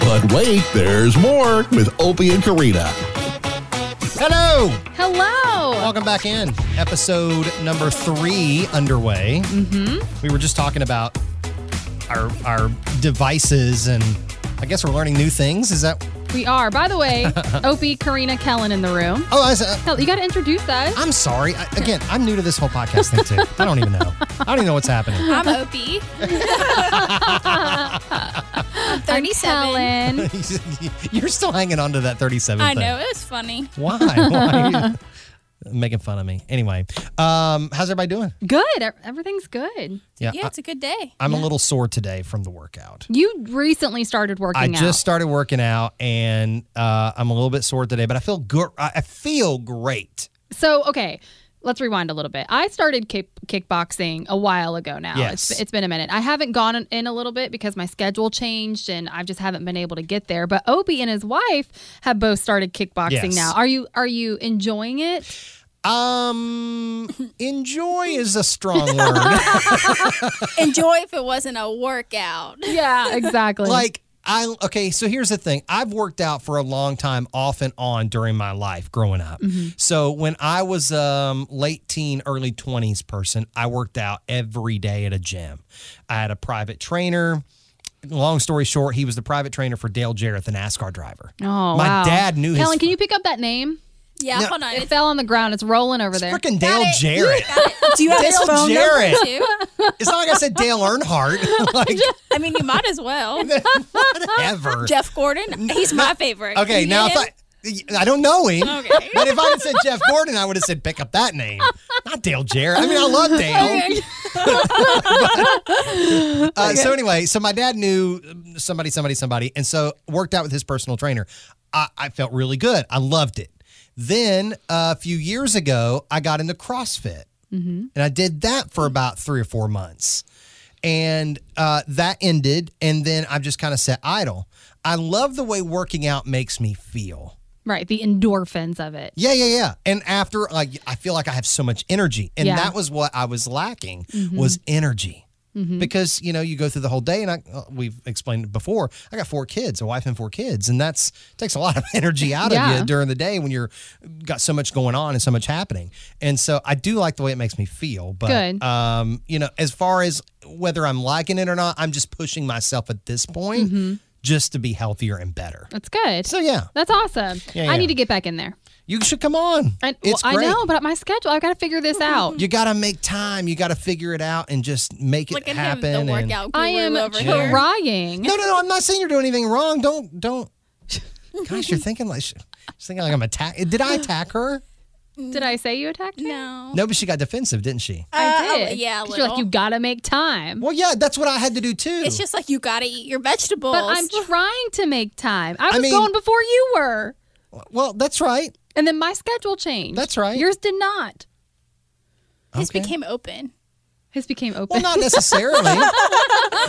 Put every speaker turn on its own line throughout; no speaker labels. But wait, there's more with Opie and Karina.
Hello.
Hello.
Welcome back in. Episode number three underway. Mm-hmm. We were just talking about our our devices, and I guess we're learning new things. Is that?
We are. By the way, Opie, Karina, Kellen in the room.
Oh, I was, uh,
Hell, you got to introduce us.
I'm sorry. I, again, I'm new to this whole podcast thing too. I don't even know. I don't even know what's happening.
I'm Opie. I'm
I'm
37.
Kellen.
You're still hanging on to that 37.
I
thing.
know, it was funny.
Why? Why are you making fun of me? Anyway, um, how's everybody doing?
Good. E- Everything's good.
Yeah, it's a good day.
I'm a little sore today from the workout.
You recently started working
I
out.
just started working out and uh, I'm a little bit sore today, but I feel good. I I feel great.
So, okay, let's rewind a little bit. I started kick, kickboxing a while ago now.
Yes.
It's, it's been a minute. I haven't gone in- in a little bit because my schedule changed and I just haven't been able to get there. But Opie and his wife have both started kickboxing
Yes.
now. Are you are you enjoying it?
Um, enjoy is a strong word.
Enjoy if it wasn't a workout.
Yeah, exactly.
like I okay, so here's the thing. I've worked out for a long time off and on during my life growing up.
Mm-hmm.
So when I was um late teen, early 20s person, I worked out every day at a gym. I had a private trainer. Long story short, he was the private trainer for Dale Jarrett, the NASCAR driver.
oh,
my
wow.
dad knew his
Helen, can you pick up that name?
Yeah,
No.
hold on.
It fell on the ground. It's rolling over there.
Freaking Dale Jarrett.
Do you have his
Dale
phone number?
Jarrett.
Two.
It's not like I said Dale Earnhardt. like
I mean, you might as well.
whatever.
Jeff Gordon, he's my favorite.
Okay, now if I, I don't know him,
Okay.
but if I had said Jeff Gordon, I would have said pick up that name, not Dale Jarrett. I mean, I love Dale.
Okay.
Uh, So anyway, so my dad knew um, somebody, somebody, somebody, and so worked out with his personal trainer. I, I felt really good. I loved it. Then uh, a few years ago, I got into CrossFit, and I did that for about three or four months, and uh, that ended. And then I've just kind of sat idle. I love the way working out makes me feel.
right, the endorphins of it.
Yeah, yeah, yeah. And after, like, I feel like I have so much energy, and
Yeah. Mm-hmm.
that was what I was lacking was energy. Because you know you go through the whole day, and I uh, we've explained it before. I got four kids, a wife and four kids, and that's takes a lot of energy out of
Yeah.
you during the day when you're got so much going on and so much happening. And so I do like the way it makes me feel. But
Good.
um, you know, as far as whether I'm liking it or not, I'm just pushing myself at this point
Mm-hmm.
just to be healthier and better.
That's good.
So yeah,
That's awesome.
Yeah, yeah.
I need to get back in there.
you should come on.
And,
it's
well,
great.
I know, but my schedule, I've got to figure this out.
You gotta make time. You gotta figure it out and just make it
Look at
happen.
him,
and-
the workout guru
I am
over here.
trying.
No, no, no. I'm not saying you're doing anything wrong. Don't, don't. Gosh, you're thinking like, she's thinking like I'm attack. Did I attack her?
Did I say you attacked me?
No.
No, but she got defensive, didn't she?
I
Uh,
did.
yeah, a
'Cause You're like,
little.
you got to make time.
Well, yeah, that's what I had to do too.
It's just like you gotta eat your vegetables.
But I'm trying to make time. I was
mean-
going before you were.
well, that's right.
And then my schedule changed.
That's right.
Yours did not.
His
Okay.
became open.
His became open.
Well, not necessarily.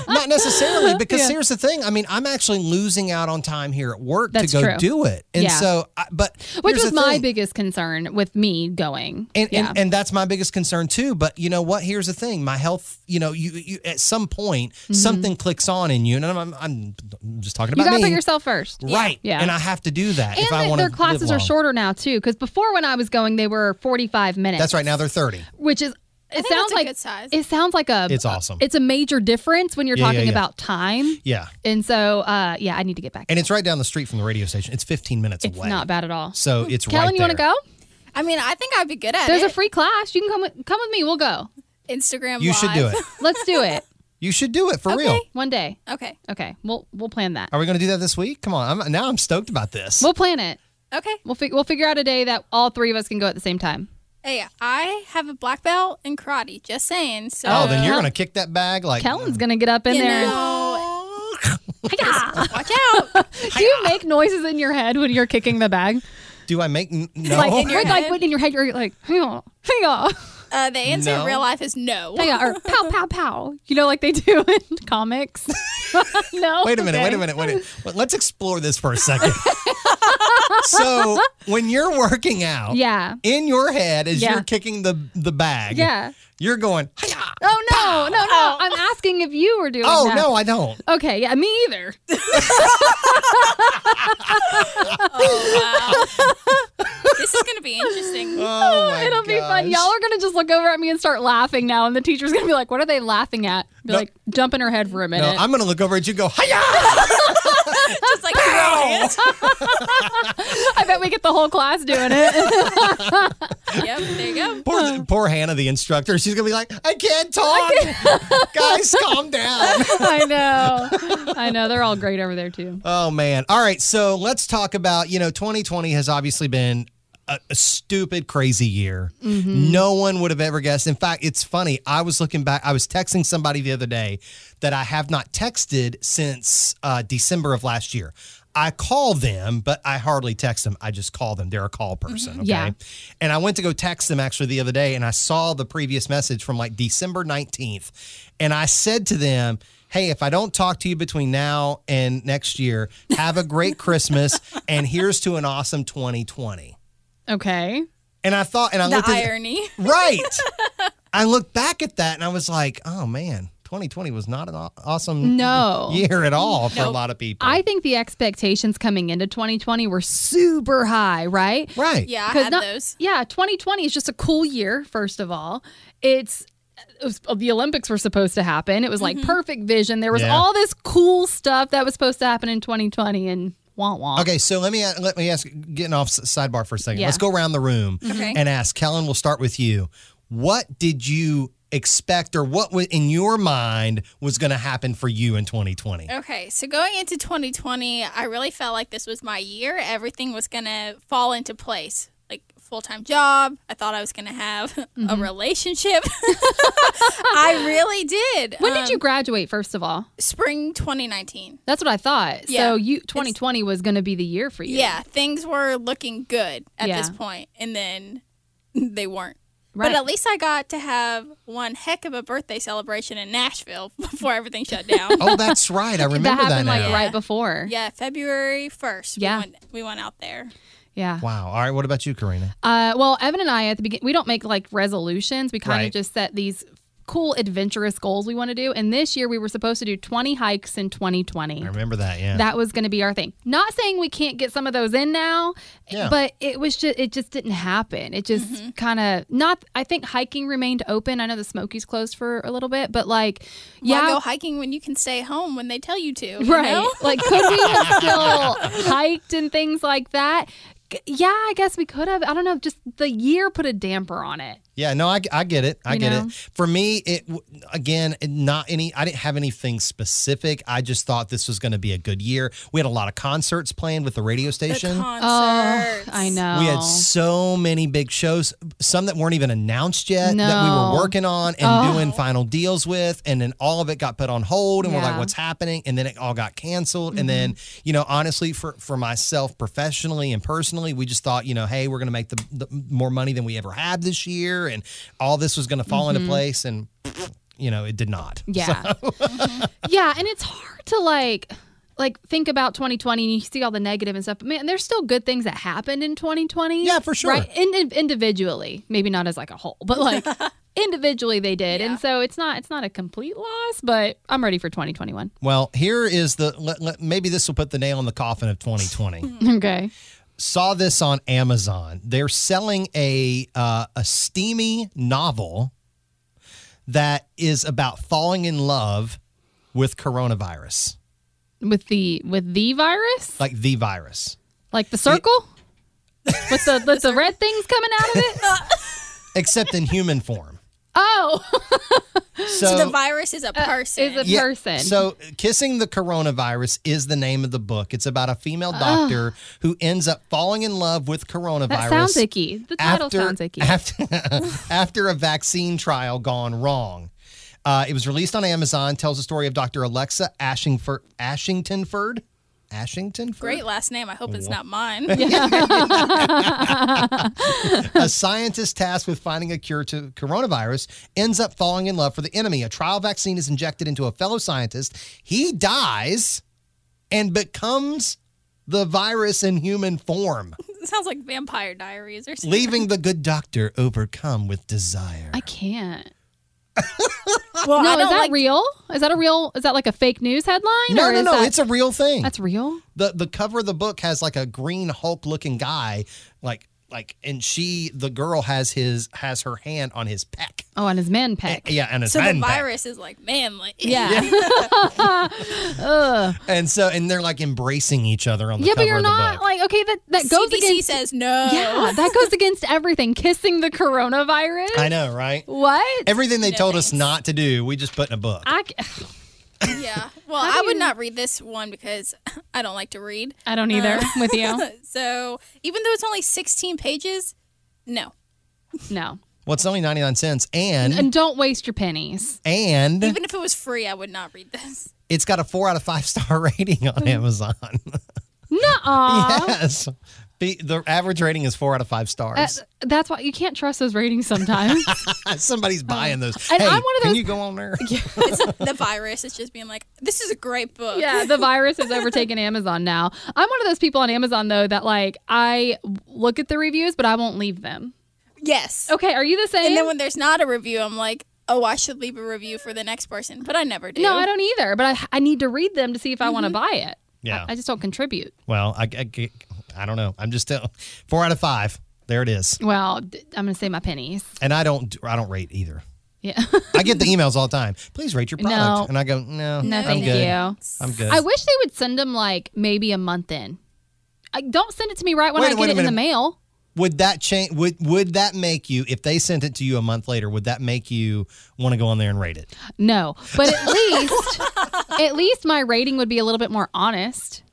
not necessarily, because
Yeah.
here's the thing. I mean, I'm actually losing out on time here at work
That's
to go
true.
do it, and
Yeah.
so, I, but
Which
here's
was
the
my
thing.
biggest concern with me going.
And,
yeah.
and and that's my biggest concern too. But you know what? Here's the thing: my health. You know, you, you at some point something clicks on in you, and I'm I'm, I'm just talking
Mm-hmm. you
about
got to
me,
put yourself first.
right?
Yeah.
and I have to do that
And
if I
that
want
their
to.
classes are shorter now, too. Because before when I was going, they were 45 minutes.
That's right. Now they're thirty.
Which is, it
think
sounds
that's a
like
good size.
it sounds like a
It's awesome.
It's a major difference when you're
Yeah, yeah,
talking
yeah.
about time.
Yeah,
And so, uh, yeah, I need to get back.
and it's right down the street from the radio station. It's 15 minutes
it's
away.
not bad at all.
So it's
Kellen,
right
you want to
there.
go?
I mean, I think I'd be good at
There's a
it.
free class. You can come with, come with me. We'll go.
Instagram.
You should do
Live.
it.
Let's do it
You should do it for real.
one day.
Okay.
Okay, we'll we'll plan that.
Are we going to do that this week? Come on. I'm, now I'm stoked about this.
We'll plan it.
Okay.
We'll fig- we'll figure out a day that all three of us can go at the same time.
Hey, I have a black belt in karate. Just saying. So.
oh, then you're going to kick that bag like.
Kellen's gonna get up in
You
there.
know,
Hi-yah!
watch out.
Do you make noises in your head when you're kicking the bag?
Do I make n- no?
Like, in your
head?
like when in your head you're like, hang on, hang on,
Uh, the answer
No.
in real life is no.
hang on, or pow pow pow. You know, like they do in comics. no.
Wait a minute, wait
Okay.
a minute, wait a minute. Well, Let's explore this for a second. so, when you're working out,
Yeah.
in your head as
Yeah.
you're kicking the the bag,
Yeah.
You're going, "Hiya!"
Oh no, no, no! I'm asking if you were doing.
oh,
that.
no, I don't.
Okay, yeah, me either.
Oh, wow. this is going to be interesting.
Oh, my
It'll be fun. Y'all are gonna just look over at me and start laughing now, and the teacher's gonna be like, "What are they laughing at?" Be
No.
like, jumping her head for a
No,
minute.
I'm going to look over at you and go, Hiya!
Just like throwing it.
I bet we get the whole class doing it.
Yep, there you go.
poor, poor Hannah, the instructor. She's going to be like, I can't talk. Guys, calm down.
I know. I know. They're all great over there too.
Oh man. All right, so let's talk about, you know, 2020 has obviously been a, a stupid crazy year. No one would have ever guessed. In fact, it's funny. I was looking back. I was texting somebody the other day that I have not texted since uh, December of last year. I call them, but I hardly text them. I just call them. They're a call person. Okay.
Yeah.
And I went to go text them actually the other day and I saw the previous message from like December 19th. And I said to them, Hey, if I don't talk to you between now and next year, have a great Christmas. and here's to an awesome 2020.
Okay.
And I thought, and I
The
looked at
irony.
right. I looked back at that and I was like, oh man, 2020 was not an aw- awesome
No.
year at all for a
Nope.
lot of people.
I think the expectations coming into 2020 were super high, right?
right.
Yeah, I
'Cause
had
not-
those.
Yeah, 2020 is just a cool year, first of all. It's it was- the Olympics were supposed to happen. It was like
Mm-hmm.
perfect vision. There was
Yeah.
all this cool stuff that was supposed to happen in 2020 and wah wah.
Okay, so let me let me ask. Getting off s- sidebar for a second,
Yeah. Mm-hmm.
let's go around the room
Okay.
and ask. Kellen, we'll start with you. What did you expect, or what was in your mind was going to happen for you in 2020?
Oh.
Okay, so going into 2020, I really felt like this was my year. Everything was going to fall into place. Like full time job. I thought I was going to have
Mm-hmm.
a relationship. I really did.
When
Um,
did you graduate, first of all?
Spring 2019.
That's what I thought.
Yeah.
So you 2020 was going to be the year for you.
Yeah, things were looking good at
Yeah.
this point, and then they weren't.
Right.
But at least I got to have one heck of a birthday celebration in Nashville before everything shut down.
Oh, that's right. I
that
remember that,
happened like
now.
right before.
yeah, February 1st.
Yeah.
We went, we went out there.
Yeah.
Wow. All right. What about you, Karina?
Uh, well, Evan and I at the beginning, we don't make like resolutions. We kind of
Right.
just set these cool, adventurous goals we want to do. And this year we were supposed to do 20 hikes in 2020.
I remember that. Yeah.
That was going to be our thing. Not saying we can't get some of those in now,
Yeah.
but it was just it just didn't happen. It just
Mm-hmm.
kind of not. I think hiking remained open. I know the Smokies closed for a little bit, but like,
Yeah.
yeah,
go hiking when you can stay home when they tell you to. you
Right.
know?
Like, could we have still hiked and things like that? G- Yeah, I guess we could have. I don't know. Just the year put a damper on it.
Yeah, no, I, I get it. I
You
get
know?
it. For me, it w- again, not any. I didn't have anything specific. I just thought this was going to be a good year. We had a lot of concerts planned with the radio
The
station.
Oh,
concerts.
I know.
We had so many big shows, some that weren't even announced yet that we
No.
were working on and
Oh.
doing final deals with. And then all of it got put on hold and we're
Yeah. Mm-hmm.
like, what's happening? And then it all got canceled. And then, you know, honestly, for, for myself professionally and personally, we just thought, you know, hey, we're going to make the, the more money than we ever had this year. And all this was going to fall
Mm-hmm.
into place. And, you know, it did not.
Yeah. yeah, and it's hard to like like think about 2020 and you see all the negative and stuff. But man, there's still good things that happened in 2020.
Yeah, for sure.
Right? In- individually, maybe not as like a whole, but like individually they did. And so it's not it's not a complete loss, but I'm ready for 2021.
Well, here is the let, let, maybe this will put the nail in the coffin of 2020.
Okay.
saw this on Amazon. They're selling a uh, a steamy novel that is about falling in love with coronavirus,
With the with the virus?
like the virus.
Like the circle? with the with the red things coming out of it?
Except in human form.
Oh,
So the
So
virus is a person.
Uh, is a
Yeah,
person.
So, Kissing the Coronavirus is the name of the book. It's about a female doctor who ends up falling in love with coronavirus.
Ah. that sounds icky. The title
after,
sounds icky.
After, after a vaccine trial gone wrong. Uh, it was released on Amazon, tells the story of Dr. Alexa Ashingford, Ashingtonford. Ashingtonford?
Great last name. I hope it's not mine.
a scientist tasked with finding a cure to coronavirus ends up falling in love for the enemy. A trial vaccine is injected into a fellow scientist. He dies and becomes the virus in human form,
It sounds like Vampire Diaries or something.
leaving the good doctor overcome with desire.
I can't.
Well,
No,
I
is
don't
that
like
real? Is that a real? Is that like a fake news headline?
No,
or
no,
is
no.
that-
it's a real thing.
that's real.
the the cover of the book has like a green Hulk looking guy, like like, and she the girl has his has her hand on his peck.
Oh, and his man peck.
Yeah, and his
so the
man peck.
virus is like manly.
Yeah. Ugh.
And so, and they're like embracing each other on the
yeah,
cover
but you're
of the
not
book.
like okay. That that goes
CDC
against.
says no.
Yeah, that goes against everything. Kissing the coronavirus.
I know, right?
What?
Everything they
No
told us
thanks.
not to do, we just put in a book.
I, c-
Yeah. Well,
How do
I would
you-
not read this one because I don't like to read.
I don't either.
Uh.
with you,
So even though it's only 16 pages, no.
no.
well, it's only ninety nine cents, and
And don't waste your pennies.
and
Even if it was free, I would not read this.
it's got a four out of five star rating
Mm.
on Amazon.
Nuh-uh.
yes, Be, the average rating is four out of five
Uh,
stars.
that's why you can't trust those ratings sometimes.
Somebody's buying those.
and
hey,
I'm one of
can
those-
you go on there?
It's the virus is just being like, this is a great book.
yeah, the virus has overtaken Amazon now. I'm one of those people on Amazon though that like I look at the reviews, but I won't leave them.
Yes.
Okay, are you the same?
And then when there's not a review, I'm like, oh, I should leave a review for the next person, but I never do.
no, I don't either. But I I need to read them to see if I want to buy it.
Yeah.
I, I just don't contribute.
Well, I, I, I don't know. I'm just tell- four out of five. There it is.
Well, d- I'm gonna say my pennies.
And I don't I don't rate either.
Yeah.
I get the emails all the time. Please rate your product,
No.
and I go no,
no,
I'm
thank
good.
you.
I'm good.
I wish they would send them like maybe a month in. I, don't send it to me right when
Wait-
I
wait
get
a
it in the
minute.
mail.
would that change? Would would that make you if they sent it to you a month later? Would that make you want to go on there and rate it?
No, but at least at least my rating would be a little bit more honest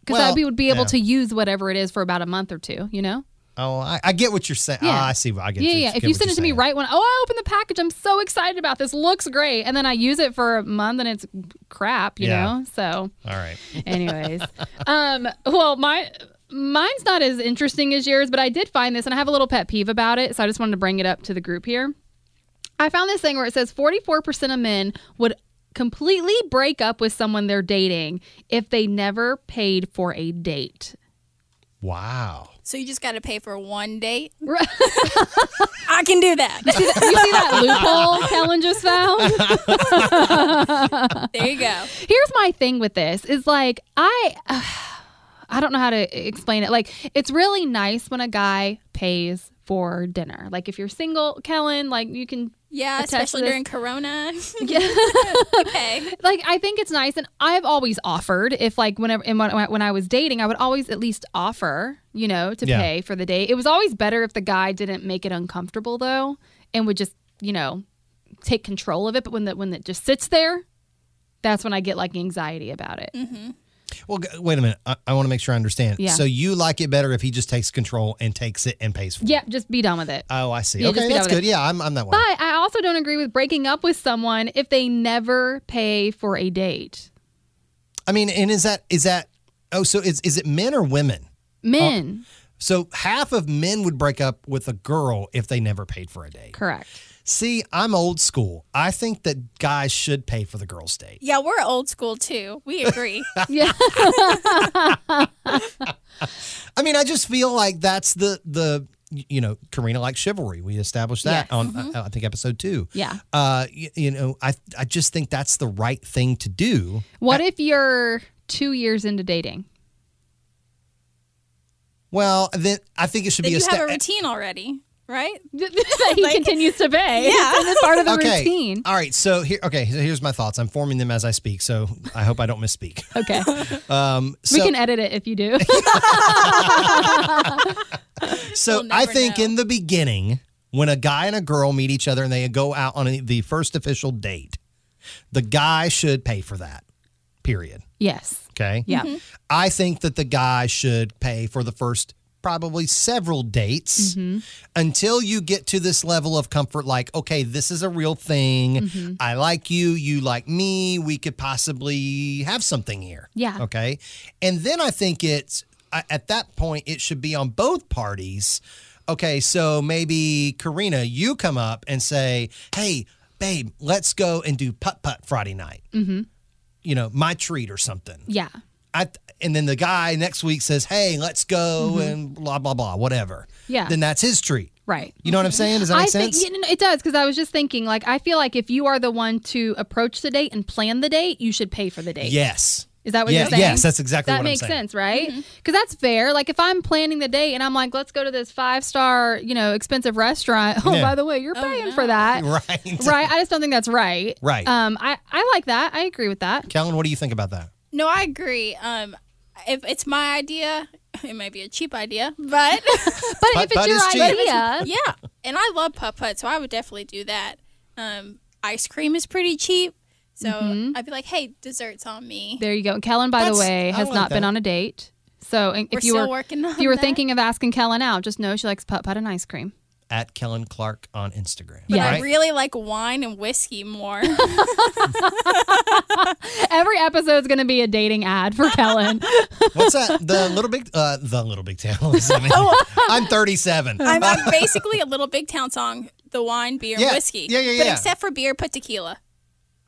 because
Well,
I be, would be able
yeah.
to use whatever it is for about a month or two. You know?
Oh, I, I get what you're saying.
Yeah.
Ah, I see. what- I get.
yeah,
you-
yeah.
get
If you
what
send
you're
it to me
saying.
right when oh I open the package, I'm so excited about this. Looks great, and then I use it for a month and it's crap. You
Yeah.
know? So,
All right.
anyways, um, well, my. Mine's not as interesting as yours, but I did find this and I have a little pet peeve about it. So I just wanted to bring it up to the group here. I found this thing where it says 44% of men would completely break up with someone they're dating if they never paid for a date.
Wow.
So you just got to pay for one date.
Right.
I can do that.
you see that loophole Helen just found?
there you go.
Here's my thing with this is like I I don't know how to explain it. Like it's really nice when a guy pays for dinner. Like if you're single, Kellen, like you can
Yeah,
Attach
especially
this-
during Corona.
Yeah.
okay.
like I think it's nice, and I've always offered if like whenever and when, when I was dating, I would always at least offer, you know, to
Yeah.
pay for the date. It was always better if the guy didn't make it uncomfortable though, and would just you know take control of it. But when the when it just sits there, that's when I get like anxiety about it.
Well, g- wait a minute. I, I want to make sure I understand.
Yeah.
So you like it better if he just takes control and takes it and pays for it.
Yeah, just be done with it.
Oh, I see.
Yeah, just
okay,
be done
that's
with it.
good. Yeah, I'm, I'm that one.
but I also don't agree with breaking up with someone if they never pay for a date.
I mean, and is that is that? Oh, so is is it men or women?
Men,
Oh. So half of men would break up with a girl if they never paid for a date.
correct.
See, I'm old school. I think that guys should pay for the girl's date.
Yeah, we're old school too. We agree.
Yeah.
I mean, I just feel like that's the the you know Karina likes chivalry. We established that
Yes.
on uh, I, I think episode two.
Yeah.
Uh, you, you know, I I just think that's the right thing to do.
What if you're two years into dating?
Well, then I think it should
then
be a
you have a
step.
routine already, right?
that he continues to pay.
Yeah.
It's in this part of the
okay.
routine.
All right. So here, okay. So here's my thoughts. I'm forming them as I speak. So I hope I don't misspeak.
Okay.
Um, so,
we can edit it if you do.
So
We'll
I
never
think
know.
in the beginning, when a guy and a girl meet each other and they go out on a, the first official date, the guy should pay for that. Period.
yes.
Okay.
Yeah.
I think that the guy should pay for the first probably several dates until you get to this level of comfort like okay this is a real thing i like you you like me we could possibly have something here
Yeah.
okay and then i think it's I- at that point it should be on both parties okay so maybe karina you come up and say hey babe let's go and do putt putt friday night mm-hmm. you know my treat or something
Yeah.
I th- and then the guy next week says, "Hey, let's go and blah blah blah, whatever."
Mm-hmm. Yeah.
Then that's his treat.
Right.
You know what I'm saying? Does that make
I
sense?
Think, you know, it does because I was just thinking, like, I feel like if you are the one to approach the date and plan the date, you should pay for the date.
yes.
Is that what
Yeah,
you're saying?
yes, that's exactly
that
what I'm
makes
saying.
sense, right?
Mm-hmm.
Because that's fair. Like if I'm planning the date and I'm like, let's go to this five star, you know, expensive restaurant. Oh,
Yeah.
by the way, you're paying for that,
Right.
right? I just don't think that's right.
Right.
Um, I I like that. I agree with that.
Kellen, what do you think about that?
No, I agree. Um, if it's my idea, it may be a cheap idea, but
But,
But-
if it's
but
your
it's cheap.
idea,
yeah. And I love putt putt, so I would definitely do that. Um, ice cream is pretty cheap, so
Mm-hmm.
I'd be like, "Hey, desserts on me."
there you go. Kellen, by the
That's-
way,
I
has
like
not been
that.
on a date. So and
We're
if you
still
were
working on.
if you were
that.
thinking of asking Kellen out, just know she likes putt putt and ice cream.
At Kellen Clark on Instagram.
but
Yeah.
I
Right?
really like wine and whiskey more.
Every episode's going to be a dating ad for Kellen.
What's that? The little big, uh, the little big town. I mean,
Oh.
I'm 37.
I'm, I'm basically a little big town song: the wine, beer,
Yeah.
and whiskey.
Yeah, yeah,
But
yeah.
except for beer, put tequila.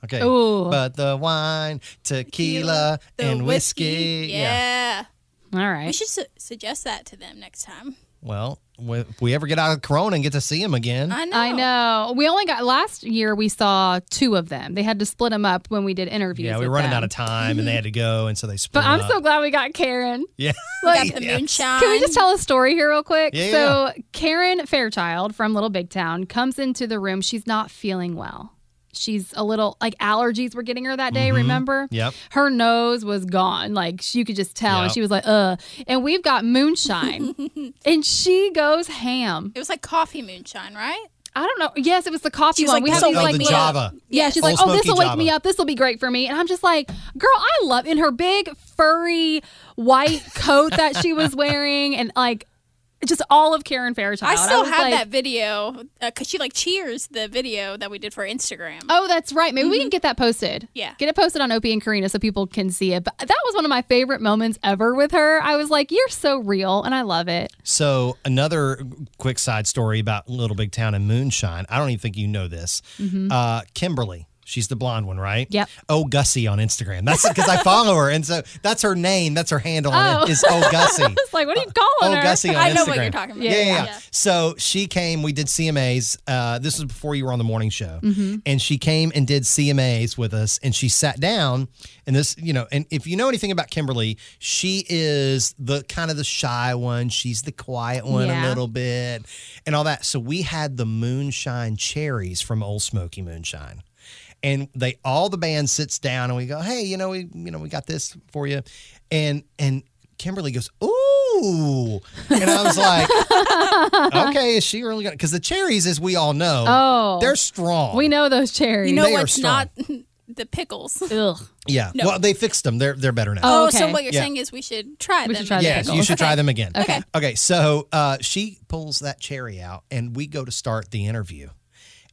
Okay.
Ooh.
But the wine, tequila,
The
and whiskey.
Yeah.
All right.
We should su- suggest that to them next time.
Well, we- if we ever get out of Corona and get to see him again,
I know.
I know. We only got last year. We saw two of them. They had to split them up when we did interviews.
yeah, we were
with
running
them.
out of time and they had to go, and so they split.
But I'm
up.
so glad we got Karen.
yeah.
Got the
Yeah.
moonshine.
Can we just tell a story here, real quick?
Yeah,
so, Karen Fairchild from Little Big Town comes into the room. She's not feeling well. She's a little like allergies were getting her that day,
Mm-hmm.
remember?
Yep.
Her nose was gone. Like she- you could just tell. And
Yep.
she was like, uh. And we've got moonshine. and she goes ham.
It was like coffee moonshine, right?
I don't know. Yes, it was the coffee
She's
one.
like,
we have
"This'll
these
Oh,
like
the
little-
Java.
Yeah, she's
Old
like, oh, this will
Smoky
wake me
Java.
up. This will be great for me. And I'm just like, girl, I love in her big furry white coat that she was wearing, and like just all of Karen Fairchild.
I still
was
have
like,
that video because she like cheers the video that we did for Instagram.
Oh, that's right. Maybe we can get that posted.
Yeah.
Get it posted on Opie and Karina so people can see it. But that was one of my favorite moments ever with her. I was like, you're so real, and I love it.
So another quick side story about Little Big Town and Moonshine. I don't even think you know this. Uh, Kimberly, she's the blonde one, right?
Mm-hmm. Yep.
Oh Gussie on Instagram. That's because I follow her, and so that's her name. That's her handle. on it,
Oh.
Is Oh Gussie.
It's like, what are you
Oh,
calling her?
Gussie on
I know
Instagram.
what you're talking about.
Yeah, yeah, yeah.
Yeah.
So she came. We did CMAs. Uh, this was before you were on the morning show,
Mm-hmm.
and she came and did CMAs with us. And she sat down, and this, you know, and if you know anything about Kimberly, she is the kind of the shy one. She's the quiet one
Yeah.
a little bit, and all that. So we had the moonshine cherries from Old Smoky Moonshine. And they all the band sits down and we go, hey, you know, we you know we got this for you, and and Kimberly goes, ooh, and I was like, okay, is she really gonna? Because the cherries, as we all know,
Oh.
they're strong.
We know those cherries.
You know
They are
what's
strong.
not the pickles.
Ugh.
Yeah. Well, they fixed them. They're they're better now.
Oh,
Oh, so
okay.
what you're
Yeah.
saying is we should try
We
them.
should try the
yes,
pickles.
you should try them again.
Okay.
Okay. So uh, she pulls that cherry out, and we go to start the interview,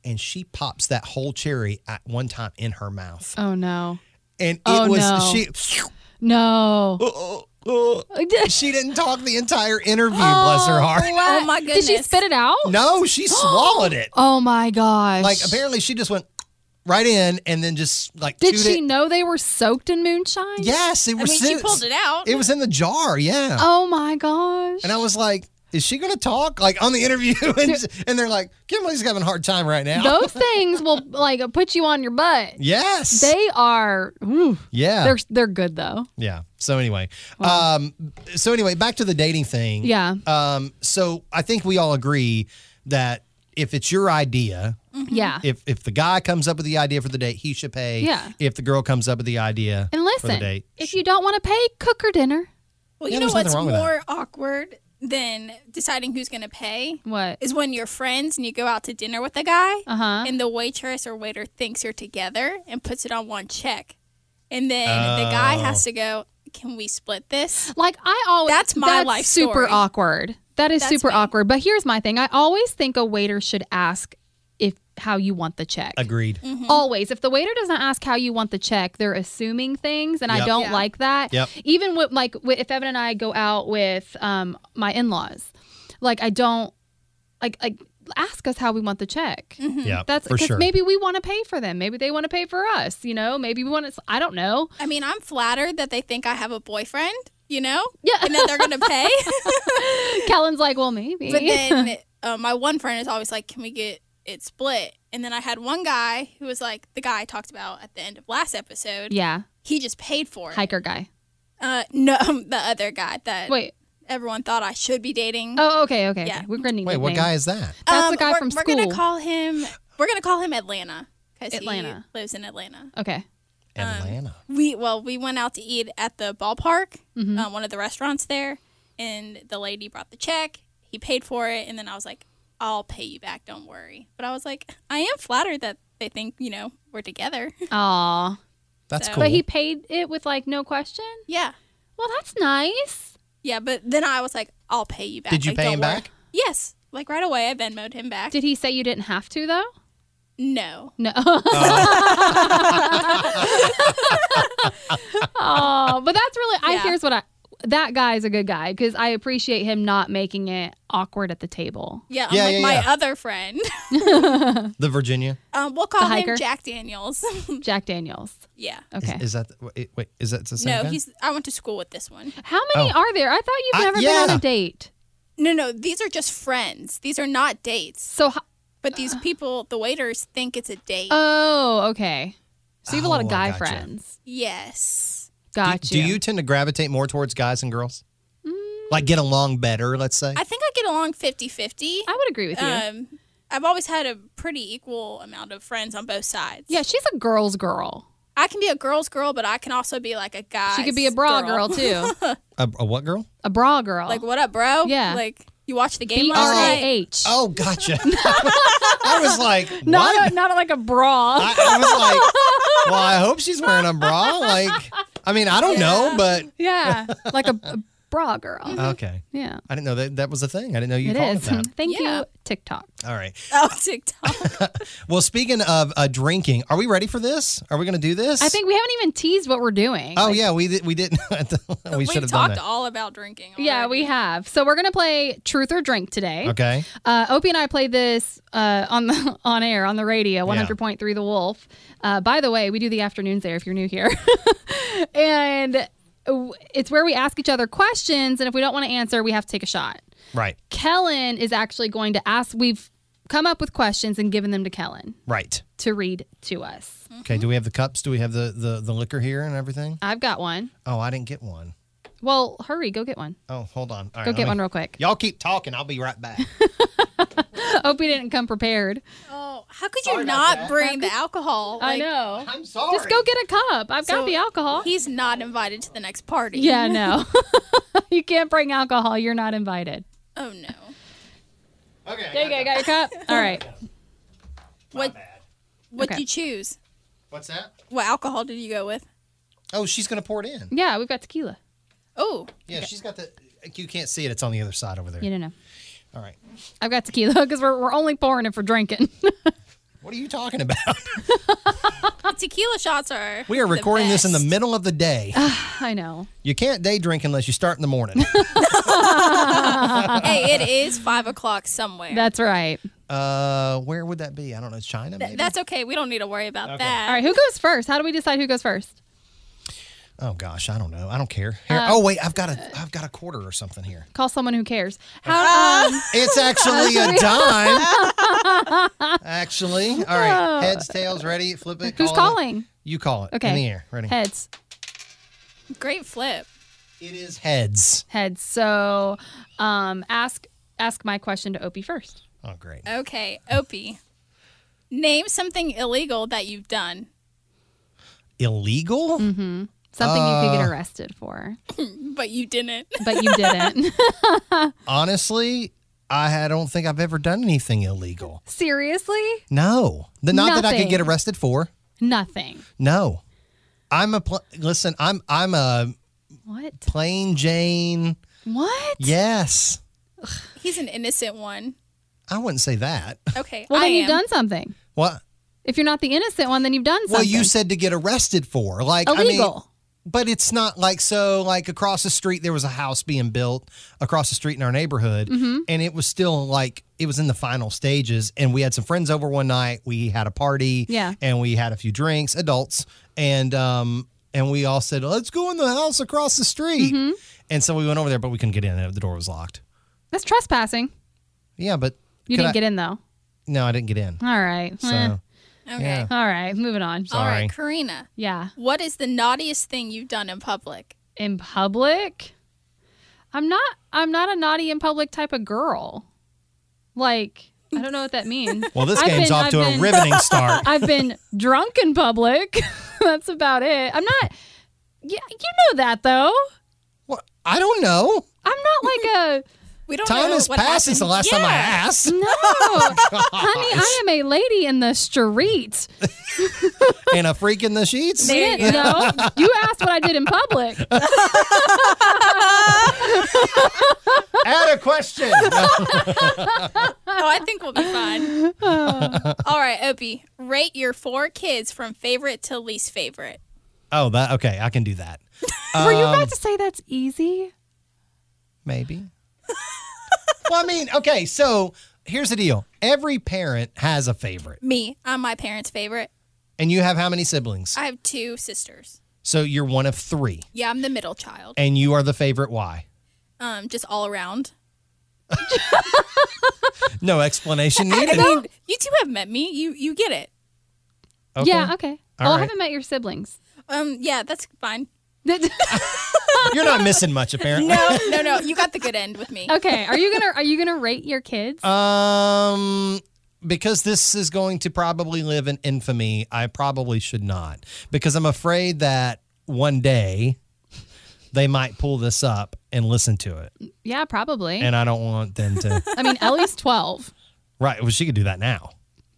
and she pops that whole cherry at one time in her mouth,
Oh no.
and it
Oh,
was
no.
she.
No.
Oh, oh, oh. she didn't talk the entire interview. bless her heart.
Oh my goodness.
Did she spit it out?
No, she swallowed it.
Oh my gosh.
Like apparently, she just went right in and then just like
Did
chewed
she
it.
know they were soaked in moonshine?
Yes, it
I
was.
mean, she pulled it out.
It was in the jar, yeah.
Oh my gosh.
And I was like, "Is she gonna talk like on the interview?" And, and they're like, "Kimberly's having a hard time right now."
Those things will like put you on your butt.
yes,
They are. ooh,
yeah,
They're they're good though.
yeah. So anyway, um, so anyway, back to the dating thing.
Yeah.
Um, so I think we all agree that if it's your idea,
Yeah.
if if the guy comes up with the idea for the date, he should pay.
Yeah.
If the girl comes up with the idea
and
for the
listen,
date,
if you don't want to pay, cook her dinner.
well,
Yeah,
you know
there's nothing
what's
wrong with that.
more awkward than deciding who's going to pay?
What?
Is when you're friends and you go out to dinner with a guy
Uh huh.
and the waitress or waiter thinks you're together and puts it on one check. And then the guy
Oh.
has to go, Can we split this?
Like I always.
That's my
that's
life
Super
story.
awkward. That is
That's
super
me.
awkward. But here's my thing. I always think a waiter should ask if how you want the check.
agreed.
Mm-hmm.
Mm-hmm.
Always. If the waiter doesn't ask how you want the check, they're assuming things, and I
Yep.
don't
Yeah.
like that.
Yep.
Even with like wi- if Evan and I go out with um my in laws, like I don't like like ask us how we want the check.
Mm-hmm.
Yeah,
That's
for
because
sure.
maybe we want to pay for them. Maybe they want to pay for us. You know, maybe we want to. I don't know.
I mean, I'm flattered that they think I have a boyfriend, you know?
Yeah.
And that they're going to pay.
Kellen's like, well, maybe.
but then uh, my one friend is always like, "Can we get it split?" And then I had one guy who was like the guy I talked about at the end of last episode.
Yeah.
He just paid for it.
Hiker guy.
Uh, no, the other guy that
Wait.
everyone thought I should be dating.
Oh, okay, okay.
Yeah.
okay. We're gonna need
Wait,
a
what
name.
guy is that?
That's the guy
Um, we're,
from school.
We're gonna call him. We're gonna call him Atlanta because he
Atlanta.
lives in Atlanta.
Okay. Um,
Atlanta.
We well, we went out to eat at the ballpark,
Mm-hmm.
uh, one of the restaurants there, and the lady brought the check. He paid for it, and then I was like, "I'll pay you back. Don't worry." But I was like, I am flattered that they think you know we're together.
Aw.
That's
So-
cool.
But he paid it with like no question?
yeah,
Well, that's nice.
yeah. But then I was like, "I'll pay you back."
Did you
Like,
pay
don't
him
worry.
back?
Yes, like right away. I Venmoed him back.
Did he say you didn't have to though?
no.
No. oh, but that's really. I
Yeah.
here's what I. That guy's a good guy because I appreciate him not making it awkward at the table.
Yeah,
Yeah,
unlike
yeah,
my
yeah.
other friend.
the Virginia.
Um, we'll call
hiker?
him Jack Daniels.
Jack Daniels.
yeah.
Is-
Okay.
Is, that the- wait, wait? Is that the same
No,
guy?
he's. I went to school with this one.
How many
Oh.
are there? I thought you've
I-
never been
yeah.
on a date.
No, no, these are just friends. These are not dates.
So, h-
But these people, the waiters, think it's a date.
oh, okay. So you have a lot
Oh,
of
I gotcha.
guy friends.
yes.
Got Mm.
do, do you tend to gravitate more towards guys and girls? Like get along better, let's say.
I think I get along 50 50.
I would agree with you.
Um, I've always had a pretty equal amount of friends on both sides.
yeah, she's a girl's girl.
I can be a girl's girl, but I can also be like a guy.
She could be a bra girl, too.
a, a what girl?
a bra girl.
Like, what up, bro?
Yeah.
Like, you watch the game
B R
last
A
night?
H.
Oh, gotcha. I was like, what?
Not a, not like a bra.
I, I was like, well, I hope she's wearing a bra. Like, I mean, I don't know, but
yeah, like a, a bra girl.
okay.
Yeah,
I didn't know that that was a thing. I didn't know you
it
called
is.
it that.
Thank
Yeah.
you, TikTok.
All right.
Oh, TikTok.
Well, speaking of uh, drinking, are we ready for this? Are we going to do this?
I think we haven't even teased what we're doing.
Oh yeah, we did. We didn't. we should have done
talked
that.
all about drinking.
Yeah, we
already.
have. So we're gonna play Truth or Drink today.
Okay.
Uh, Opie and I played this uh, on the on air on the radio, one hundred point three The Wolf. Uh, by the way, we do the afternoons there if you're new here, and w- it's where we ask each other questions, and if we don't want to answer, we have to take a shot.
Right.
Kellen is actually going to ask. We've come up with questions and given them to Kellen
Right.
to read to us.
Okay. Do we have the cups? Do we have the the the liquor here and everything?
I've got one.
Oh, I didn't get one.
Well, hurry, go get one.
Oh, hold on. All right,
Go
let
get
me-
one real quick.
Y'all keep talking. I'll be right back.
Opie didn't come prepared.
Oh, how could
Sorry
you
about
not
that.
bring the alcohol?
I
Like,
know.
I'm sorry.
Just go get a cup. I've
so
got the alcohol.
He's not invited to the next party.
Yeah, no. you can't bring alcohol. You're not invited.
Oh no.
Okay.
There you go. Got your cup. All right.
What what
Okay.
would you choose?
What's that?
What alcohol did you go with?
Oh, she's gonna pour it in.
Yeah, we've got tequila.
Oh,
Yeah, she's got the. You can't see it. It's on the other side over there.
You don't know.
All right.
I've got tequila because we're, we're only pouring it for drinking.
What are you talking about?
oh, tequila shots are.
We are
the
recording this in the
best.
middle of the day.
I know.
You can't day drink unless you start in the morning.
hey, it is five o'clock somewhere.
That's right.
uh, where would that be? I don't know. China. Maybe?
Th- That's okay. We don't need to worry about that.
All right. Who goes first? How do we decide who goes first?
Oh gosh, I don't know. I don't care. Here,
Uh,
oh wait, I've got a I've got a quarter or something here.
Call someone who cares. How? Um,
It's actually a dime. actually, all right. Heads, tails, ready. Flip it.
Oh. who's
call It.
calling?
You call it.
Okay.
In the air. Ready.
Heads.
Great flip.
It is heads.
Heads. So, um, ask ask my question to Opie first.
Oh great.
Okay, Opie. Name something illegal that you've done.
Illegal.
Mm-hmm. Something you
Uh.
could get arrested for,
But you didn't.
but you didn't.
Honestly, I I don't think I've ever done anything illegal.
Seriously?
No. The, not that I could
Nothing.
get arrested for.
Nothing.
No. I'm a pl- listen. I'm I'm a
What?
plain Jane.
What?
Yes.
He's an innocent one.
I wouldn't say that.
Okay.
Well,
I
then you've
am.
done something.
What?
If you're not the innocent one, then you've done something.
Well, you said to get arrested for like I mean,
illegal.
but it's not like so like across the street there was a house being built across the street in our neighborhood,
Mm-hmm.
and it was still like it was in the final stages, and we had some friends over one night. We had a party,
Yeah.
and we had a few drinks, adults, and um and we all said let's go in the house across the street,
Mm-hmm.
and so we went over there, but we couldn't get in. The door was locked.
That's trespassing.
Yeah, but
You
Could
didn't
I-
get in though.
No, I didn't get in.
All right.
So
Eh.
Okay.
yeah.
All right. Moving on.
All
Sorry.
right, Karina.
Yeah.
What is the naughtiest thing you've done in public?
In public, I'm not. I'm not a naughty in public type of girl. Like I don't know what that means.
Well, this
I've
game's
been-
off
I've
to a
been-
riveting start.
I've been drunk in public. That's about it. I'm not. Yeah, you know that though.
What? I don't know.
I'm not like a.
We don't
Time
know
has
what
passed since the
happened.
last time I
Yeah.
asked.
No, honey, I am a lady in the street.
and a freak in the sheets.
There
You
you go.
know, you asked what I did in public.
Add a question.
Oh, I think we'll be fine. All right, Opie, rate your four kids from favorite to least favorite.
oh, that okay. I can do that.
Were you about to say that's easy?
Maybe. well, I mean, okay. So here's the deal. Every parent has a favorite,
Me, I'm my parents' favorite.
and you have how many siblings?
I have two sisters.
so you're one of three,
Yeah, I'm the middle child.
and you are the favorite. Why?
Um, just all around.
No explanation needed.
I mean, you two have met me. You you get it.
Okay.
Yeah. Okay.
All
oh,
right.
I haven't met your siblings.
Um, yeah, that's fine.
okay.
You're not missing much, apparently.
No, no, no. You got the good end with me.
Are you gonna Are you gonna rate your kids?
Uh, Um, because this is going to probably live in infamy, I probably should not. Because I'm afraid that one day they might pull this up and listen to it.
yeah, probably.
And I don't want them to.
I mean, Ellie's twelve.
right. Well, she could do that now.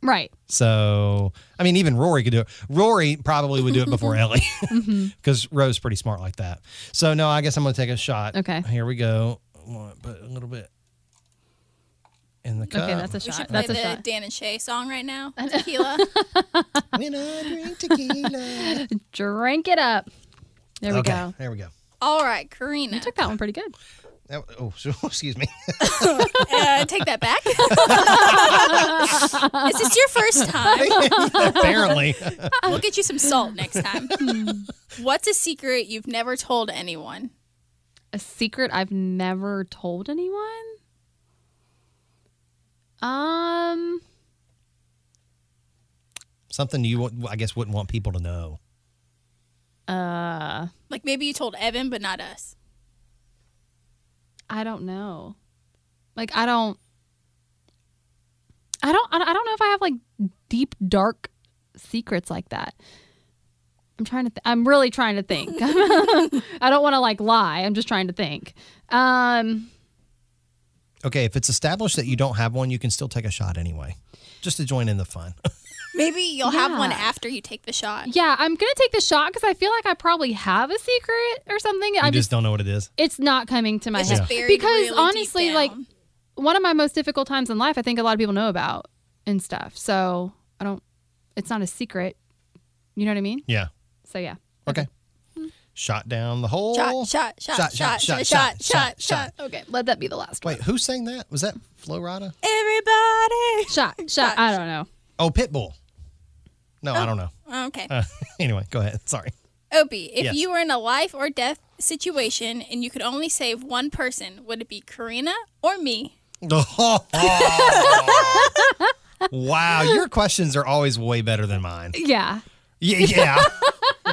Right.
So, I mean, even Rory could do it. Rory probably would do it before Ellie
Mm-hmm.
because Rose's pretty smart like that. So, no, I guess I'm going to take a shot.
Okay.
Here we go. I'm gonna Put a little bit in the cup.
Okay, that's a
We should
shot.
play
That's a
the
shot.
Dan and Shay song right now. Tequila.
When I drink tequila.
Drink it up. There we
okay,
go.
There we go.
All right, Karina.
You took that one pretty good.
That- oh, so- excuse me.
Uh, take that back. Is this your first time?
Apparently,
We'll get you some salt next time. What's a secret you've never told anyone?
A secret I've never told anyone. Um.
something you wa- I guess wouldn't want people to know.
Uh.
Like maybe you told Evan, but not us.
I don't know. Like I don't. I don't. I don't I don't know if I have like deep dark secrets like that. I'm trying to. Th- I'm really trying to think. I don't want to like lie. I'm just trying to think. Um.
Okay, if it's established that you don't have one, you can still take a shot anyway, just to join in the fun.
Maybe you'll have one
Yeah.
after you take the shot.
Yeah, I'm gonna take the shot because I feel like I probably have a secret or something.
You
I'm
just
just.
don't know what it is.
It's not coming to my
It's
head
just buried
because
really deep
honestly, like
down.
one of my most difficult times in life, I think a lot of people know about and stuff. So I don't, it's not a secret. You know what I mean?
Yeah.
So yeah.
Okay. Shot down the hole.
Shot, shot, shot, shot, shot, shot, shot, shot,
Okay. Let that be the last
Wait, who sang that? Was that Flo Rida?
Everybody.
one. Shot, shot.
Shot.
I don't know.
Oh, Pitbull. No, I don't know.
Okay.
Uh, anyway, go ahead. Sorry.
Opie, if
yes.
you were in a life or death situation and you could only save one person, would it be Karina or me?
wow, your questions are always way better than mine.
Yeah.
Yeah,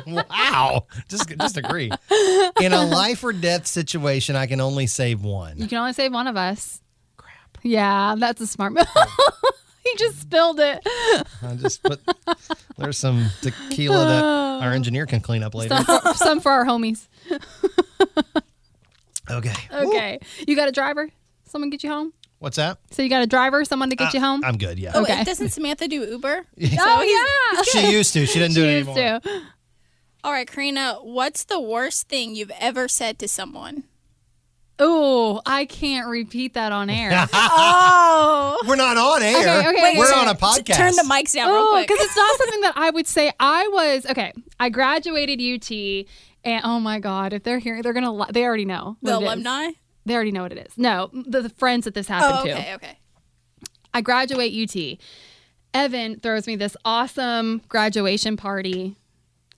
yeah. wow. Just just agree. In a life or death situation, I can only save
You
one.
can only save one of us. Crap. Yeah. That's a smart move. he just spilled it.
I just put there's some tequila that our engineer can clean up later.
Some for, some for our homies.
Okay.
Okay. You got a driver? Someone get you home?
What's that?
So you got a driver? Someone to get you home?
Uh, I'm good, yeah.
Oh,
Um, Okay.
wait, doesn't Samantha do Uber?
oh, yeah.
She used to. She didn't do it
She
anymore.
used to.
All right, Karina, what's the worst thing you've ever said to someone?
Oh, I can't repeat that on air.
Oh.
We're not on air.
Okay, okay, okay,
We're
okay.
on a podcast.
Turn the mics down
Oh,
real quick.
because it's not something that I would say. I was okay. I graduated UT, and oh my god, if they're hearing, they're gonna. li- They already know. what
The
it is.
alumni?
They already know what it is. No, the, the friends that this happened
Oh,
to.
okay, okay.
I graduate UT. Evan throws me this awesome graduation party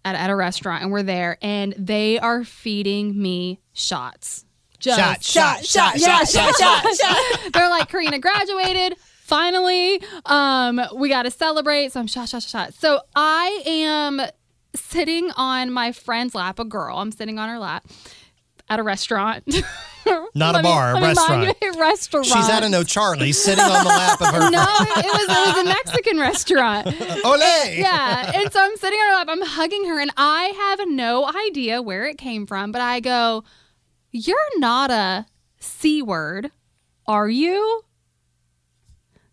at, at a restaurant, and we're there, and they are feeding me shots. Just
Shot, shot, shot,
Yeah,
shot, shot, shot.
They're like, Karina graduated. finally, um, we got to celebrate. So I'm shot, shot, shot, shot. So I am sitting on my friend's lap, a girl. I'm sitting on her lap at a restaurant.
Not a
Let me-
bar, a
let me mind
restaurant.
you, a restaurant.
She's at an O'Charlie sitting on the lap of her.
no, it was, it was a Mexican restaurant.
Olay!
Yeah. And so I'm sitting on her lap, I'm hugging her, and I have no idea where it came from, but I go, You're not a C word, are you?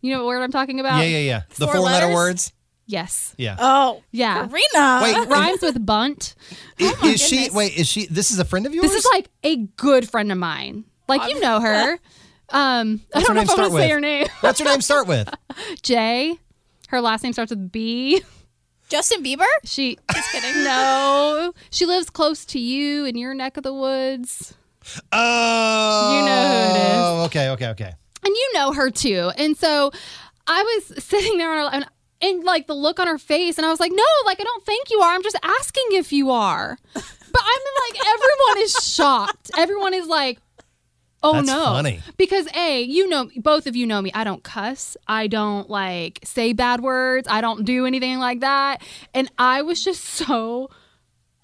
You know what word I'm talking about?
Yeah, yeah, yeah. The
Four
four letter
letters?
words.
Yes.
Yeah.
Oh,
Yeah.
Karina.
Wait,
It rhymes with bunt.
is,
my
is she?
goodness.
Wait, is she? This is a friend of yours.
oh This is like a good friend of mine. Like, you know her. Um, I
What's her name
don't know if I want
start
to say
with?
her name.
What's her name start with?
Jay. Her last name starts with B.
Justin Bieber?
She just kidding. No, she lives close to you in your neck of the woods,
Oh,
who it is.
Okay, okay, okay.
and you know her too. And so, I was sitting there on her, and, and like the look on her face, and I was like, "No, like I don't think you are. I'm just asking if you are." But I'm like, everyone is shocked. Everyone is like, "Oh
That's
no!"
funny.
Because a, you know, both of you know me. I don't cuss. I don't like say bad words. I don't do anything like that. And I was just so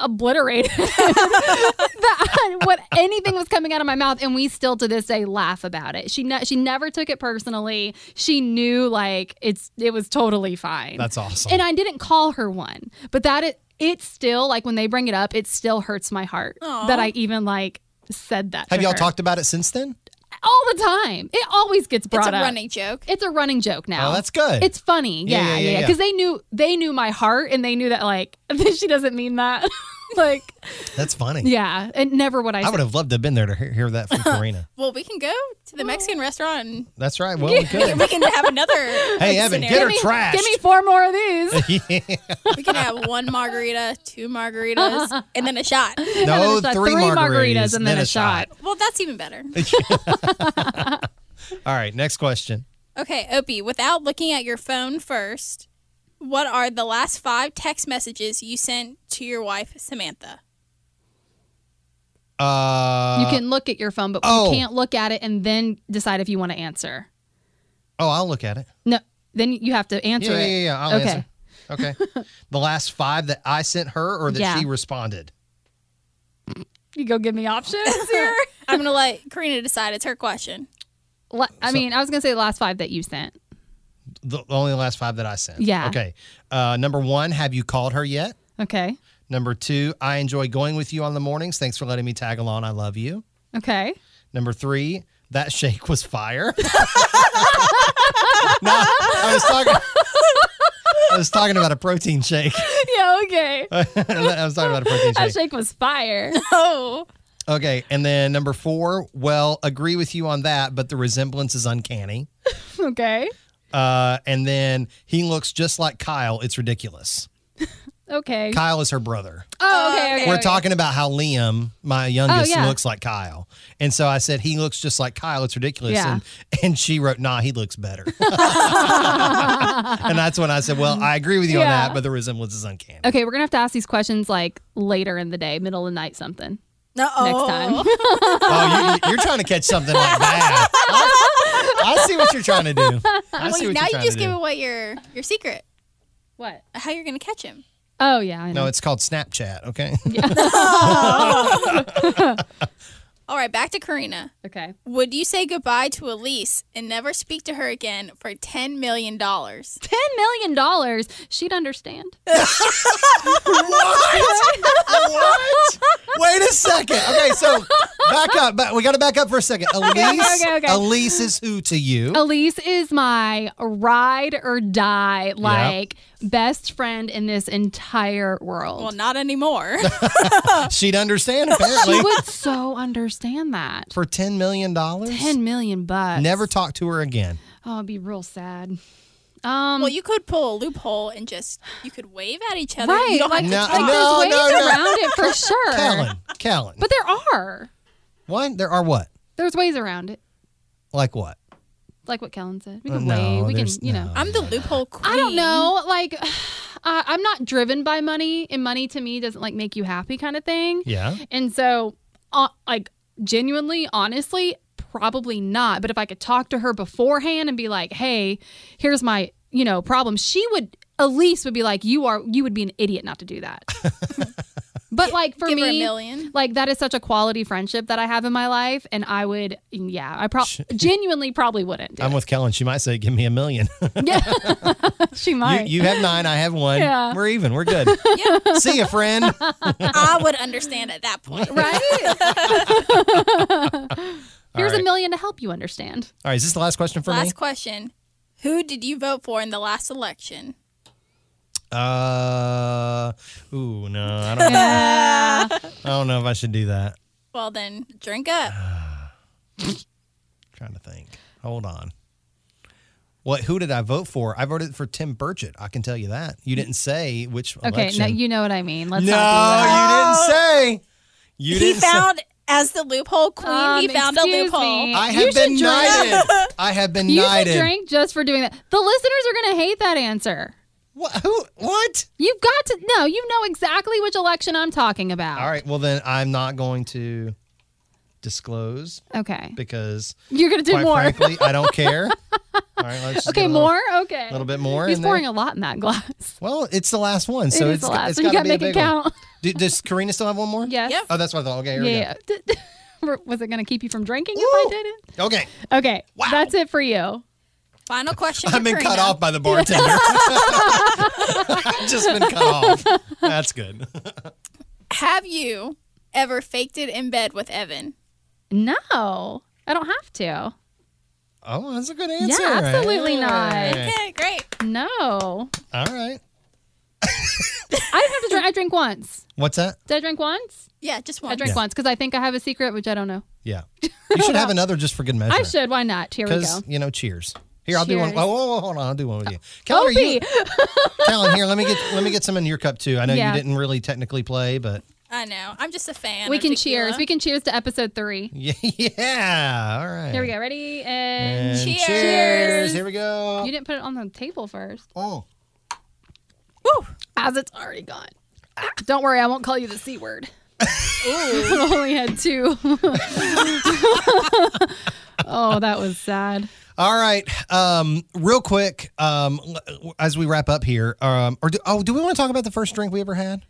obliterated that I- what anything was coming out of my mouth and we still to this day laugh about it she ne- she never took it personally she knew like it's it was totally fine
That's awesome.
and i didn't call her one but that it it still like when they bring it up it still hurts my heart
Aw.
that i even like said that
Have
to
y'all
her.
talked about it since then?
all the time it always gets brought
It's a
up
running joke.
it's a running joke now
Oh, that's good.
it's funny
Yeah,
yeah
yeah,
yeah
yeah, yeah.
because they knew they knew my heart and they knew that like she doesn't mean that like
that's funny.
yeah, and never would I.
I
say.
would have loved to have been there to hear, hear that from Karina.
Well, we can go to the Mexican restaurant and
That's right. Well, we could.
we can have another.
Hey, Evan, get her
Give me-
trashed.
Give me four more of these.
We can have one margarita, two margaritas, and then a shot.
no,
And then it's a
three, margaritas,
and then, a shot.
Well, that's even better.
All right, next question.
Okay, Opie, without looking at your phone first, what are the last five text messages you sent to your wife, Samantha?
Uh,
You can look at your phone, but
oh.
you can't look at it and then decide if you want to answer.
oh, I'll look at it.
No, then you have to answer
Yeah, yeah,
it.
yeah, yeah. I'll
okay.
answer. Okay. the last five that I sent her or that
Yeah.
she responded?
You go give me options here.
I'm going to let Karina decide. It's her question.
La- I mean, I was gonna say the last five that you sent.
The, the only last five that I sent.
Yeah.
Okay. Uh, number one, have you called her yet?
Okay.
Number two, I enjoy going with you on the mornings. Thanks for letting me tag along. I love you.
Okay.
Number three, that shake was fire. no, I was talking. I was talking about a protein shake.
yeah. Okay.
I was talking about a protein
That
shake.
shake was fire.
Oh,
Okay, and then number four. Well, agree with you on that, but the resemblance is uncanny.
okay.
Uh, and then he looks just like Kyle. It's ridiculous.
Okay.
Kyle is her brother.
Oh, okay. okay
We're
okay.
talking about how Liam, my youngest,
Oh, yeah.
looks like Kyle. And so I said, he looks just like Kyle. It's ridiculous.
Yeah.
And, and she wrote, nah, he looks better. and that's when I said, well, I agree with you on
Yeah.
that, but the resemblance is uncanny.
Okay, we're gonna have to ask these questions like later in the day, middle of the night, something.
no.
Next time.
Oh, you, you're trying to catch something like that. I, I see what you're trying to do. I see
Wait,
what
now
you're
you
trying
just
to
give
do.
away your, your secret.
what?
How you're going to catch him.
Oh yeah. I know.
No, it's called Snapchat, okay?
All right, back to Karina.
okay.
Would you say goodbye to Elise and never speak to her again for $10 million?
ten million dollars, she'd understand.
what? Wait a second. Okay, so back up. But we got to back up for a second. Elise,
okay, okay.
Elise is who to you?
Elise is my ride or die, like best friend in this entire world.
Well, not anymore.
She'd understand apparently.
she would so understand that.
for ten million dollars.
Ten million bucks.
Never talk to her again.
Oh, it'd be real sad. Um.
well, you could pull a loophole and just, you could wave at each other.
Right,
You don't have
like,
to
No,
talk.
like
no,
there's ways
no, no.
around it for sure.
Callan, Callan.
But there are.
what? There are what?
There's ways around it.
Like what?
Like what Kellen said. We
Uh,
can
no,
wait. We can,
there's-
you know.
no.
I'm the loophole queen.
I don't know. Like, I I'm not driven by money, and money to me doesn't like make you happy kind of thing.
Yeah.
And so, uh, like, genuinely, honestly, probably not. But if I could talk to her beforehand and be like, hey, here's my, you know, problem, she would at least would be like, you are, you would be an idiot not to do that. but like for
Give her a
me,
million.
like that is such a quality friendship that I have in my life. And I would, yeah, I probably genuinely probably wouldn't. do
I'm
it.
with Kellen. She might say, "Give me a million.
yeah. she
you,
might.
you have nine. I have one.
Yeah.
We're even. We're good.
Yeah,
See you, friend.
I would understand at that point.
right? Here's
right.
a million to help you understand.
All right, is this the last question for
Last
me?
question: Who did you vote for in the last election?
uh, ooh, no, I don't. know.
Yeah.
I don't know if I should do that.
Well, then drink up.
trying to think. Hold on. What? Who did I vote for? I voted for Tim Burchett. I can tell you that. You didn't say which
okay,
election.
now you know what I mean. Let's
no,
not do that.
you didn't say. You
he
didn't. say.
found as the loophole queen. he
Um,
found a
excuse
loophole.
me.
I
You
have
should
been
drink.
knighted. I have been
You should
knighted.
drink just for doing that. The listeners are going to hate that answer.
What? Who? What?
You've got to know. You know exactly which election I'm talking about.
All right. Well, then I'm not going to disclose
Okay.
because,
You're going to do
quite
more.
frankly, I don't care. All right. Let's just
okay,
get a
more? Okay.
little, little bit more.
He's
in there.
pouring a lot in that glass.
Well, it's the last one, so
it is
it's
the last.
it's
so you
got to
got
be
to
a
make it
big one.
count.
Do, does Karina still have one more?
Yes.
Yep.
Oh, that's what I thought. Okay, here
Yeah. yeah. Was it going to keep you from drinking if I did it?
we go. Okay.
Okay,
Wow.
that's it for you.
Final question.
I've been
Katrina.
cut off by the bartender. I've just been cut off. That's good.
Have you ever faked it in bed with Evan?
No, I don't have to.
Oh, that's a good answer.
absolutely
Hey.
not.
Okay, great.
No,
All right.
I don't have to drink. I drink once.
What's that?
Did I drink once?
Yeah, just
I
one.
drank
Yeah.
once because I think I have a secret, which I don't know.
Yeah. You should have another just for good measure.
I should. Why not? Here we go.
Because, you know, cheers. Here, I'll do one.
Cheers. Oh,
Oh, whoa, whoa, hold on. I'll do one with you. Kellen, are you,
Opie.
Kellen, here, let me get let me get some in your cup too. I know
Yeah.
you didn't really technically play, but
I know. I'm just a fan.
we
of
can
tequila.
cheers. We can cheers to episode three.
yeah. yeah. All right.
Here we go. Ready? And
And
Cheers.
cheers. Here we go.
you didn't put it on the table first,
Oh.
Woo!
as it's already gone. Ah. Don't worry, I won't call you the c word. I only had two. oh, that was sad.
All right. Um, real quick, um, l- as we wrap up here, um, or do, oh, do we want to talk about the first drink we ever had?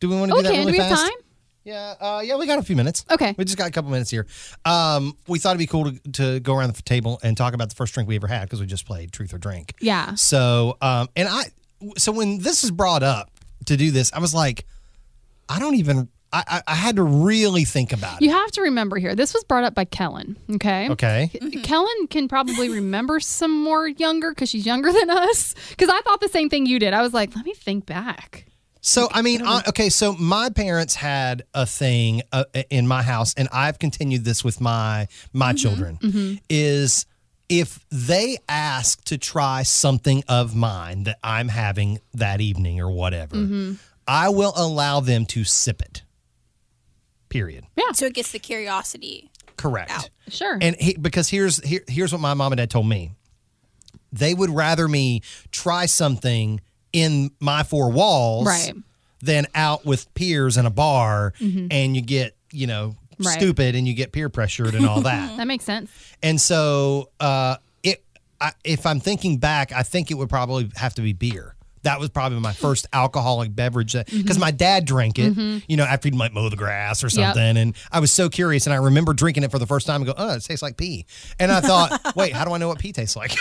Do we want to
Oh,
do that
can
really
we have
fast?
time?
Yeah, uh, yeah, we got a few minutes.
Okay.
We just got a couple minutes here. Um, we thought it'd be cool to, to go around the table and talk about the first drink we ever had because we just played Truth or Drink.
Yeah.
So, um, and I, so when this is brought up to do this, I was like, I don't even. I, I, I had to really think about it.
You have to remember here, this was brought up by Kellen, okay?
Okay.
Kellen can probably remember some more younger because she's younger than us. Because I thought the same thing you did. I was like, let me think back.
So I mean, I, okay. So my parents had a thing uh, in my house, and I've continued this with my my children. Is if they ask to try something of mine that I'm having that evening or whatever, I will allow them to sip it. Period.
So it gets the curiosity.
Correct.
Sure.
And he, because here's here, here's what my mom and dad told me. They would rather me try something in my four walls
Right. Mm-hmm.
than out with peers in a bar and you get, you know,
Right.
stupid and you get peer pressured and all that.
that makes sense.
And so, uh, it, I, if I'm thinking back, I think it would probably have to be beer. That was probably my first alcoholic beverage because
Mm-hmm.
my dad drank it, you know, after he might mow the grass or something. And I was so curious. And I remember drinking it for the first time and go, oh, it tastes like pee. And I thought, wait, how do I know what pee tastes like?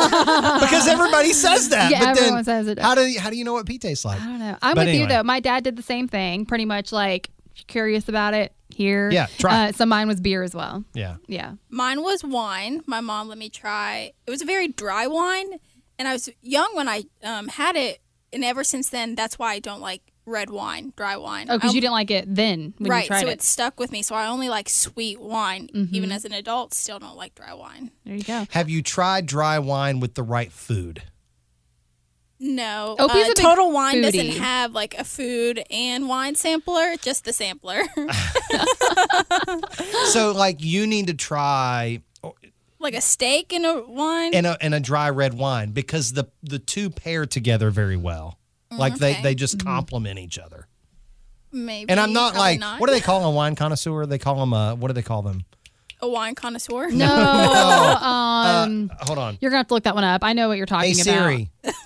because everybody says that.
Yeah,
but then
everyone says it.
How do, you, how do you know what pee tastes like?
I don't know. I'm
But
with you
anyway.
though. My dad did the same thing, pretty much like if you're curious about it here.
Yeah, try
Uh, so mine was beer as well.
Yeah.
Yeah.
Mine was wine. My mom let me try. It was a very dry wine, and I was young when I um, had it, and ever since then, that's why I don't like red wine, dry wine.
Oh, because
I-
you didn't like it then when
Um, right.
you tried
so
it. Mm-hmm.
it stuck with me. So I only like sweet wine, even as an adult. Still don't like dry wine.
there you go.
Have you tried dry wine with the right food?
No,
Opie's a
uh,
big
Total Wine
foodie.
doesn't have like a food and wine sampler, just the sampler,
so, like, you need to try
like a steak and a wine.
and a and a dry red wine because the the two pair together very well.
Mm,
Like they
okay.
they just
Mm-hmm.
complement each other.
Maybe,
And I'm not
probably
like what do they call a wine connoisseur? They call them uh what do they call them?
a wine connoisseur.
No. um,
Uh, Hold on.
you're going to have to look that one up. I know what you're talking
Uh, Hey Siri,
about,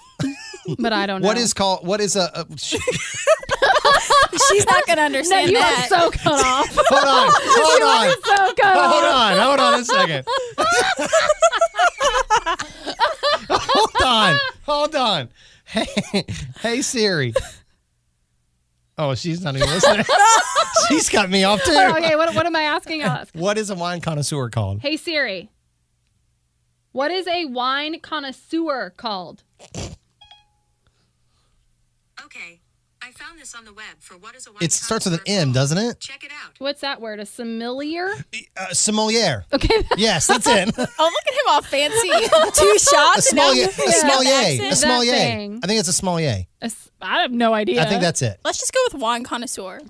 but I don't know.
what is called what is a, a
She's not gonna
No,
understand
you
that.
are so cut off.
Hold on. Hold on.
so cut off.
Hold on. Hold on a second. hold on. Hold on. Hey, hey Siri. Oh, she's not even listening. she's cut me off too.
Okay, what, what am I asking? I'll ask.
What is a wine connoisseur called?
Hey Siri, what is a wine connoisseur called?
Okay. I found this on the web for what is a wine
It starts with an
connoisseur
M,
called.
doesn't it?
Check it out.
What's that word? A sommelier?
Uh, sommelier.
Okay,
Yes, that's it.
Oh, look at him all fancy. Two
A
shots. and now
sommelier.
you
A
figured out the
sommelier.
accent.
A sommelier.
thing.
I think it's a sommelier.
A s- I have no idea.
I think that's it.
Let's just go with wine connoisseur.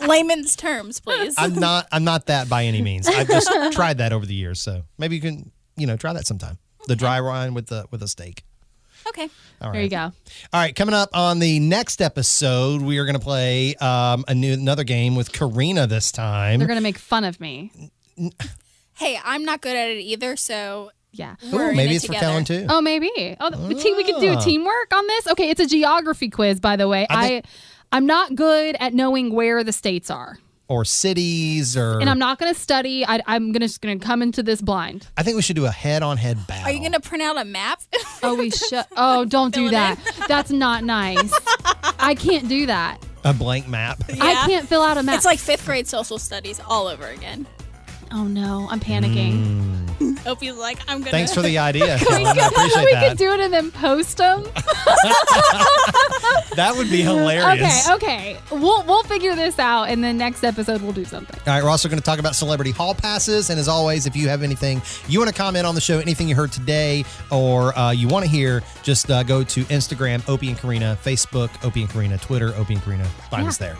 Layman's terms, please.
I'm not. I'm not that by any means. I've just tried that over the years. So maybe you can, you know, try that sometime. The dry wine with the with a steak.
okay.
All right.
There you go.
All right. Coming up on the next episode, we are going to play um, a new another game with Karina this time.
They're gonna make fun of me.
Hey, I'm not good at it either, so
Yeah.
Ooh,
we're in
maybe
it
it's
together.
for Kellen too.
Oh, maybe. Oh, the team, we could do teamwork on this. Okay, it's a geography quiz, by the way.
Ah. I
I,
think-
I'm not good at knowing where the states are,
Or cities, or
and I'm not gonna study. I, I'm gonna just gonna come into this blind.
I think we should do a head-on-head battle.
Are you gonna print out a map?
Oh, we shut. Oh, don't do
Fill it
that. That's not nice. I can't do that.
a blank map?
I
Yeah.
can't fill out a map.
it's like fifth grade social studies all over again.
oh no, I'm panicking.
Mm,
Opie's like, I'm gonna.
Thanks for the idea. Kellen. I appreciate
we
that.
could do it and then post them.
that would be
okay,
hilarious.
okay. We'll we'll figure this out, and then next episode we'll do something.
All right, we're also going to talk about celebrity hall passes. And as always, if you have anything you want to comment on the show, anything you heard today or uh, you want to hear, just uh, go to Instagram, Opie and Karina, Facebook, Opie and Karina, Twitter, Opie and Karina. Find us there.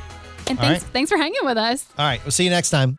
And
All
thanks
right.
thanks for hanging with us.
All right, we'll see you next time.